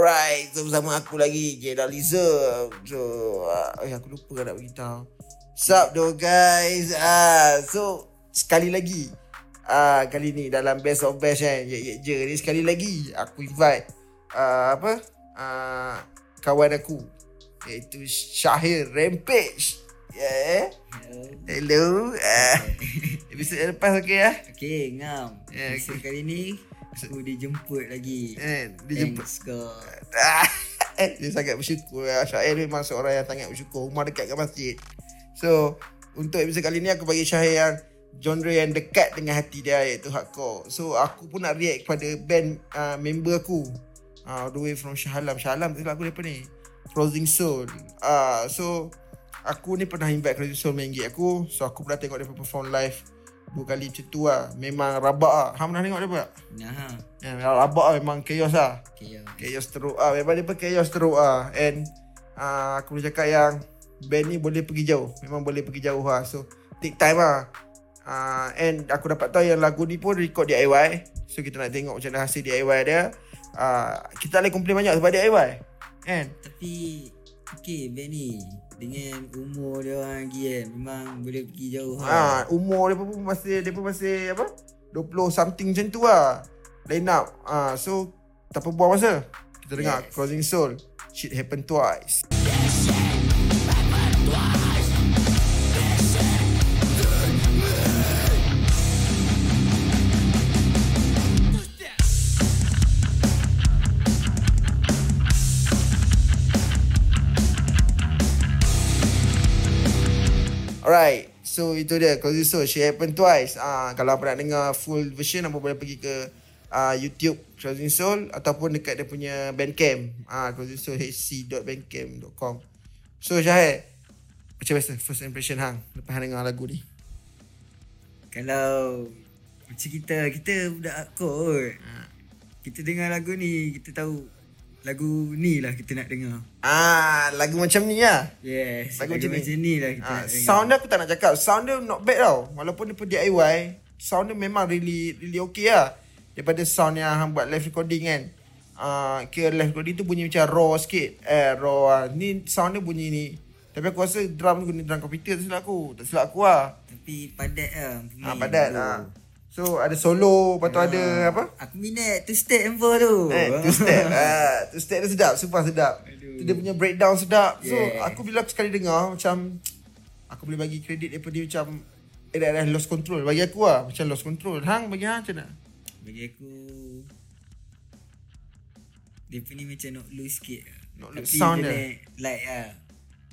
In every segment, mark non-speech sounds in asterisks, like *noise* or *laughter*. Alright, so bersama aku lagi Jada Liza. So, uh, eh aku lupa nak beritahu. Sup though guys. Ah, so sekali lagi ah kali ni dalam Best of Best kan. Ye ye je ni sekali lagi aku invite ah, apa? Ah, kawan aku iaitu Syahir Rampage. Yeah. Eh, Hello. Uh, *laughs* episode lepas okey lah. Okay, ngam. Ya, Yeah, okay. kali ni aku dijemput lagi. Eh, dia jumpa. Thanks kau. Ah, *laughs* dia sangat bersyukur Syair memang seorang yang sangat bersyukur Rumah dekat kat masjid So Untuk episode kali ni aku bagi Syair yang Genre yang dekat dengan hati dia Iaitu hardcore So aku pun nak react kepada band uh, Member aku uh, All the way from Shah Alam Shah Alam tu lagu dia apa ni Closing Soul uh, So Aku ni pernah invite Closing Soul main gig aku So aku pernah tengok dia perform live Dua kali macam tu lah Memang rabak lah Ham pernah tengok dia apa? Nah, ha. Ya, rabak lah memang chaos lah okay, ya. Chaos teruk ah Memang dia pun chaos teruk ah And ah, Aku boleh cakap yang Band ni boleh pergi jauh Memang boleh pergi jauh lah So Take time lah ah, And aku dapat tahu yang lagu ni pun Record DIY eh. So kita nak tengok macam mana hasil DIY dia ah, Kita tak boleh komplain banyak sebab DIY Kan Tapi okay band ni dengan umur dia orang lagi kan memang boleh pergi jauh eh. ah, Umur dia pun masih Dia pun masih apa 20 something macam tu lah Line up ah, So Tak apa buang masa Kita dengar Yes. Closing Soul Shit Happen Twice Alright So itu dia Closing Soul She Happen Twice Ah, Kalau apa nak dengar full version Apa boleh pergi ke ah, YouTube Closing Soul Ataupun dekat dia punya Bandcamp ah, Closing Soul HC.bandcamp.com So Syahid Macam biasa First impression Hang Lepas Hang dengar lagu ni Kalau macam kita, kita budak hardcore. Ah. Ha. Kita dengar lagu ni, kita tahu lagu ni lah kita nak dengar. Ah, lagu macam ni lah Yes, Lagu macam lagu, macam, ni. ni lah ah, kita nak dengar. Sound dia aku tak nak cakap Sound dia not bad tau Walaupun dia pun DIY Sound dia memang really Really okay lah Daripada sound yang Hang buat live recording kan uh, Kira live recording tu bunyi macam raw sikit Eh raw lah Ni sound dia bunyi ni Tapi aku rasa drum tu guna drum komputer tak silap aku Tak silap aku lah Tapi padat lah. hmm, ha, Padat ha. So ada solo Lepas Ah. tu ada apa Aku minat two step and four tu. Eh, two *laughs* step ah, Two step dia sedap Sumpah sedap Oh. Aduh. tu Dia punya breakdown sedap So Yeah. aku bila aku sekali dengar Macam Aku boleh bagi kredit daripada dia macam Eh dah, dah lost control Bagi aku lah Macam lost control Hang bagi hang macam mana? Bagi aku Dia pun ni macam not loose sikit lah. Not loose. Tapi Sound dia dia. like, like lah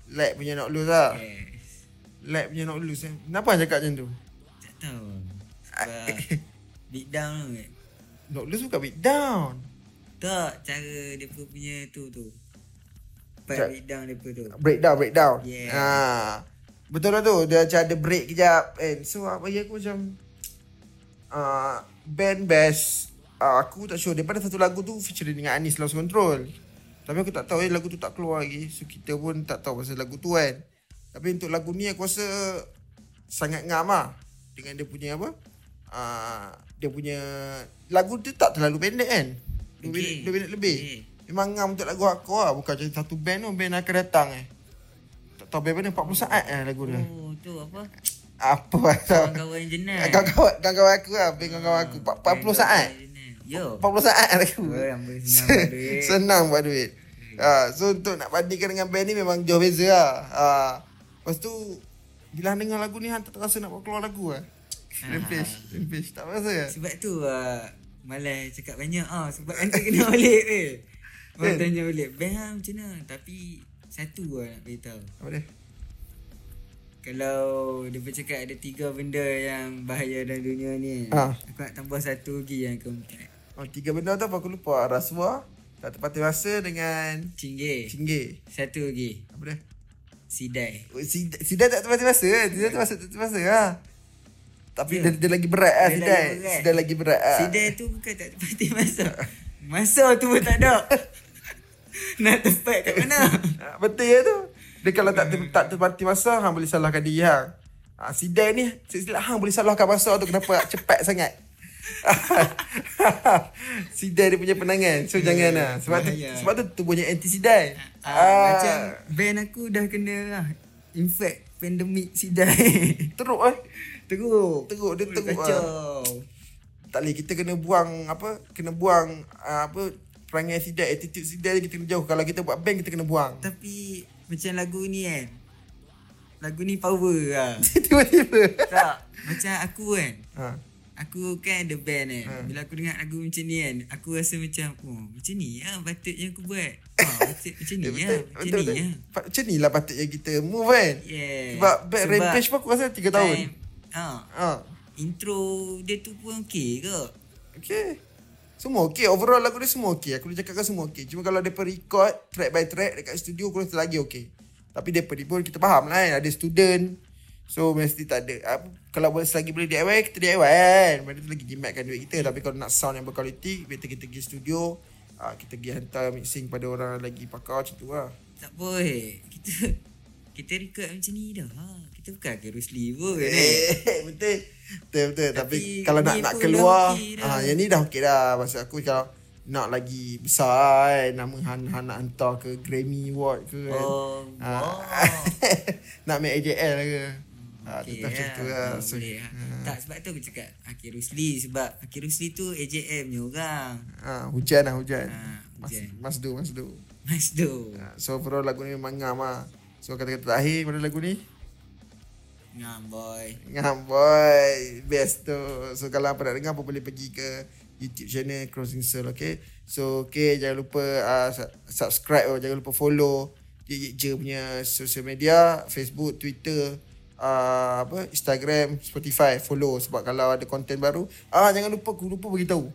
Light punya not lose lah Yes Light punya not lose eh Kenapa hang cakap macam tu? Tak tahu Sebab *laughs* Beat down tu kan Not lose bukan beat down Tak cara dia pun punya tu tu Cara- Part beat down dia pun tu Breakdown breakdown Yeah. ah. Betul lah tu Dia macam ada break kejap And so ah, bagi aku macam ah, Band best ah, Aku tak sure Daripada satu lagu tu Featuring dengan Anis Lost Control Tapi aku tak tahu eh, Lagu tu tak keluar lagi So kita pun tak tahu Pasal lagu tu kan Tapi untuk lagu ni Aku rasa Sangat ngam lah Dengan dia punya apa ah, Dia punya Lagu tu tak terlalu pendek kan 2 Okey. minit, dua minit lebih Okey. Memang ngam untuk lagu hardcore lah Bukan macam satu band tu Band akan datang eh Tak tahu band mana 40 saat eh lagu dia Oh tu apa Apa *laughs* lah tau Kawan-kawan jenal Eh, Kawan-kawan kawan aku lah Band kawan aku 40 saat 40 Yo saat lagu Orang boleh *laughs* senang buat duit. Senang buat duit ha, So untuk nak bandingkan dengan band ni Memang jauh beza lah ha, Lepas tu Bila hang dengar lagu ni Hang tak terasa nak buat keluar lagu lah Ah. Rampage Rampage tak rasa lah Sebab tu uh, Malas cakap banyak ah Sebab nanti kena *laughs* balik eh Orang Kan? tanya balik Bang ah, macam mana Tapi Satu lah nak beritahu Apa dia? Kalau dia bercakap ada tiga benda yang bahaya dalam dunia ni Ah. Aku nak tambah satu lagi yang keempat Oh, tiga benda tu apa aku lupa Rasuah Tak tepati rasa dengan Cinggir Cinggir Satu lagi Apa dia? Oh, Sidai Sidai, sidai tak terpaksa-paksa kan? Sidai terpaksa tak terpaksa lah. Tapi Ya. yeah. dia, dia lagi berat lah Dia lagi Sidai. berat. Sidai lagi berat lah. Sidai tu bukan tak *laughs* tepati masa Masa tu pun tak ada *laughs* Nak tepat kat mana Ah, Betul ya tu. Dia kalau tak ter, tak terpati masa, hang Ah, boleh salahkan diri hang. Ha, sidai ni, silap hang boleh salahkan masa tu kenapa cepat sangat. *laughs* Sidai dia punya penangan. So jangan lah. Sebab tu, bahaya. sebab tu tubuhnya anti sidai. Ya, Ah, Macam band aku dah kena lah. In fact, pandemik sidai. *laughs* teruk eh. teruk. Teruk, dia Oh, teruk ah. Kacau. Tak boleh kita kena buang apa? Kena buang ah, apa perangai sidai, attitude sidai kita kena jauh. Kalau kita buat band kita kena buang. *laughs* Tapi macam lagu ni kan. Lagu ni power lah. Tiba-tiba. tak. Macam aku kan. Ha. Aku kan ada band kan. Ha. Bila aku dengar lagu macam ni kan. Aku rasa macam. Oh macam ni lah patutnya aku *laughs* buat. Oh, macam, macam ni Eh, lah. Macam ni lah. Fa- Macam ni lah patutnya kita move kan. Yeah. Sebab Bad Rampage pun aku rasa 3 tahun. Ha, Ha. intro dia tu pun okey ke? Okay. Semua okay. Overall lagu dia semua okay. Aku dah cakapkan semua okay. Cuma kalau mereka record track by track dekat studio aku rasa lagi okay. Tapi mereka ni pun kita faham lah kan. Ada student. So mesti tak ada. Apa, kalau boleh selagi boleh DIY, kita DIY kan. Benda tu lagi jimatkan duit kita. Tapi kalau nak sound yang berkualiti, better kita pergi studio. Ah, kita pergi hantar mixing pada orang lagi pakar macam tu lah. Tak boleh. Kita kita record macam ni dah. Ha, kita bukan ke Rusli pun kan. Eh. Eh, betul. Betul betul tapi, Tapi kalau ni nak nak pun keluar dah okey dah. ah yang ni dah okey dah maksud aku kalau nak lagi besar kan nama Han Han nak hantar ke Grammy Award ke kan. Oh, Ah. *laughs* wow. *laughs* nak make AJL ke. Ah Okey tu tak macam tu lah. Ah. Tak So, boleh lah. Tak sebab tu aku cakap Akhir Rusli sebab Akhir Rusli tu AJM punya orang. ah hujan lah hujan. Ah, Mas, hujan. mas do mas do. Mas Do. Ah, so overall lagu ni memang ngam lah. So kata-kata terakhir pada lagu ni Ngam boy. Ngam boy Best tu So kalau apa nak dengar pun Boleh pergi ke YouTube channel Crossing Soul Okay So okay Jangan lupa uh, Subscribe oh. Jangan lupa follow Yik Yik Je punya Social media Facebook Twitter uh, apa Instagram Spotify Follow Sebab kalau ada konten baru ah Jangan lupa Aku lupa beritahu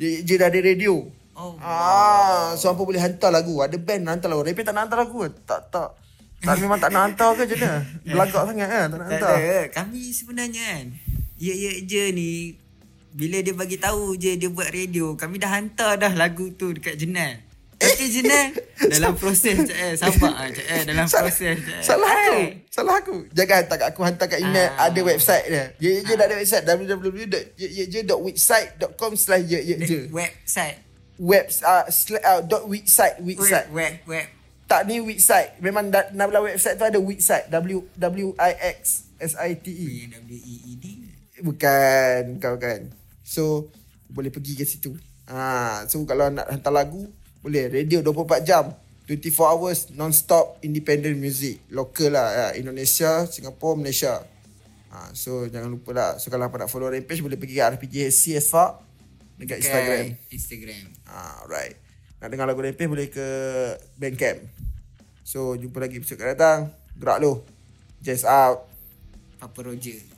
Yik Yik Je dah ada radio Oh. Ah, so hampa boleh hantar lagu. Ada band nak hantar lagu. Repi tak nak hantar lagu. ke? Tak tak. Tak memang tak nak hantar ke macam mana? Belagak sangat kan, tak nak Tak hantar. ada. Kami sebenarnya kan. Ya ya je ni bila dia bagi tahu je dia buat radio, kami dah hantar dah lagu tu dekat Jenal. Tapi *laughs* Jenal dalam proses cak eh sabar ah cak eh dalam proses cak eh. Salah aku. Hai. Salah aku. Jangan hantar kat aku. Hantar kat email. Ah. Ada website dia. Ye Ye Je dah ada website. www.yeyej.website.com slash ye ye je. Website. Web uh, sl- uh, dot website. Web Website. web web. Tak ni website. Memang da- dalam website tu ada website. W W I X S I T E. W E E D. Bukan Bukan bukan So Boleh pergi ke situ ha, So kalau nak hantar lagu Boleh Radio 24 jam 24 hours Non-stop Independent music Local lah ya. Indonesia Singapore Malaysia ha, So jangan lupa lah So kalau apa nak follow Rampage Boleh pergi ke RPGSC as far Dekat okay. Instagram Instagram. ha, Alright Nak dengar lagu Rampage Boleh ke Bandcamp So jumpa lagi episode akan datang Gerak lu Jazz out Papa Roger.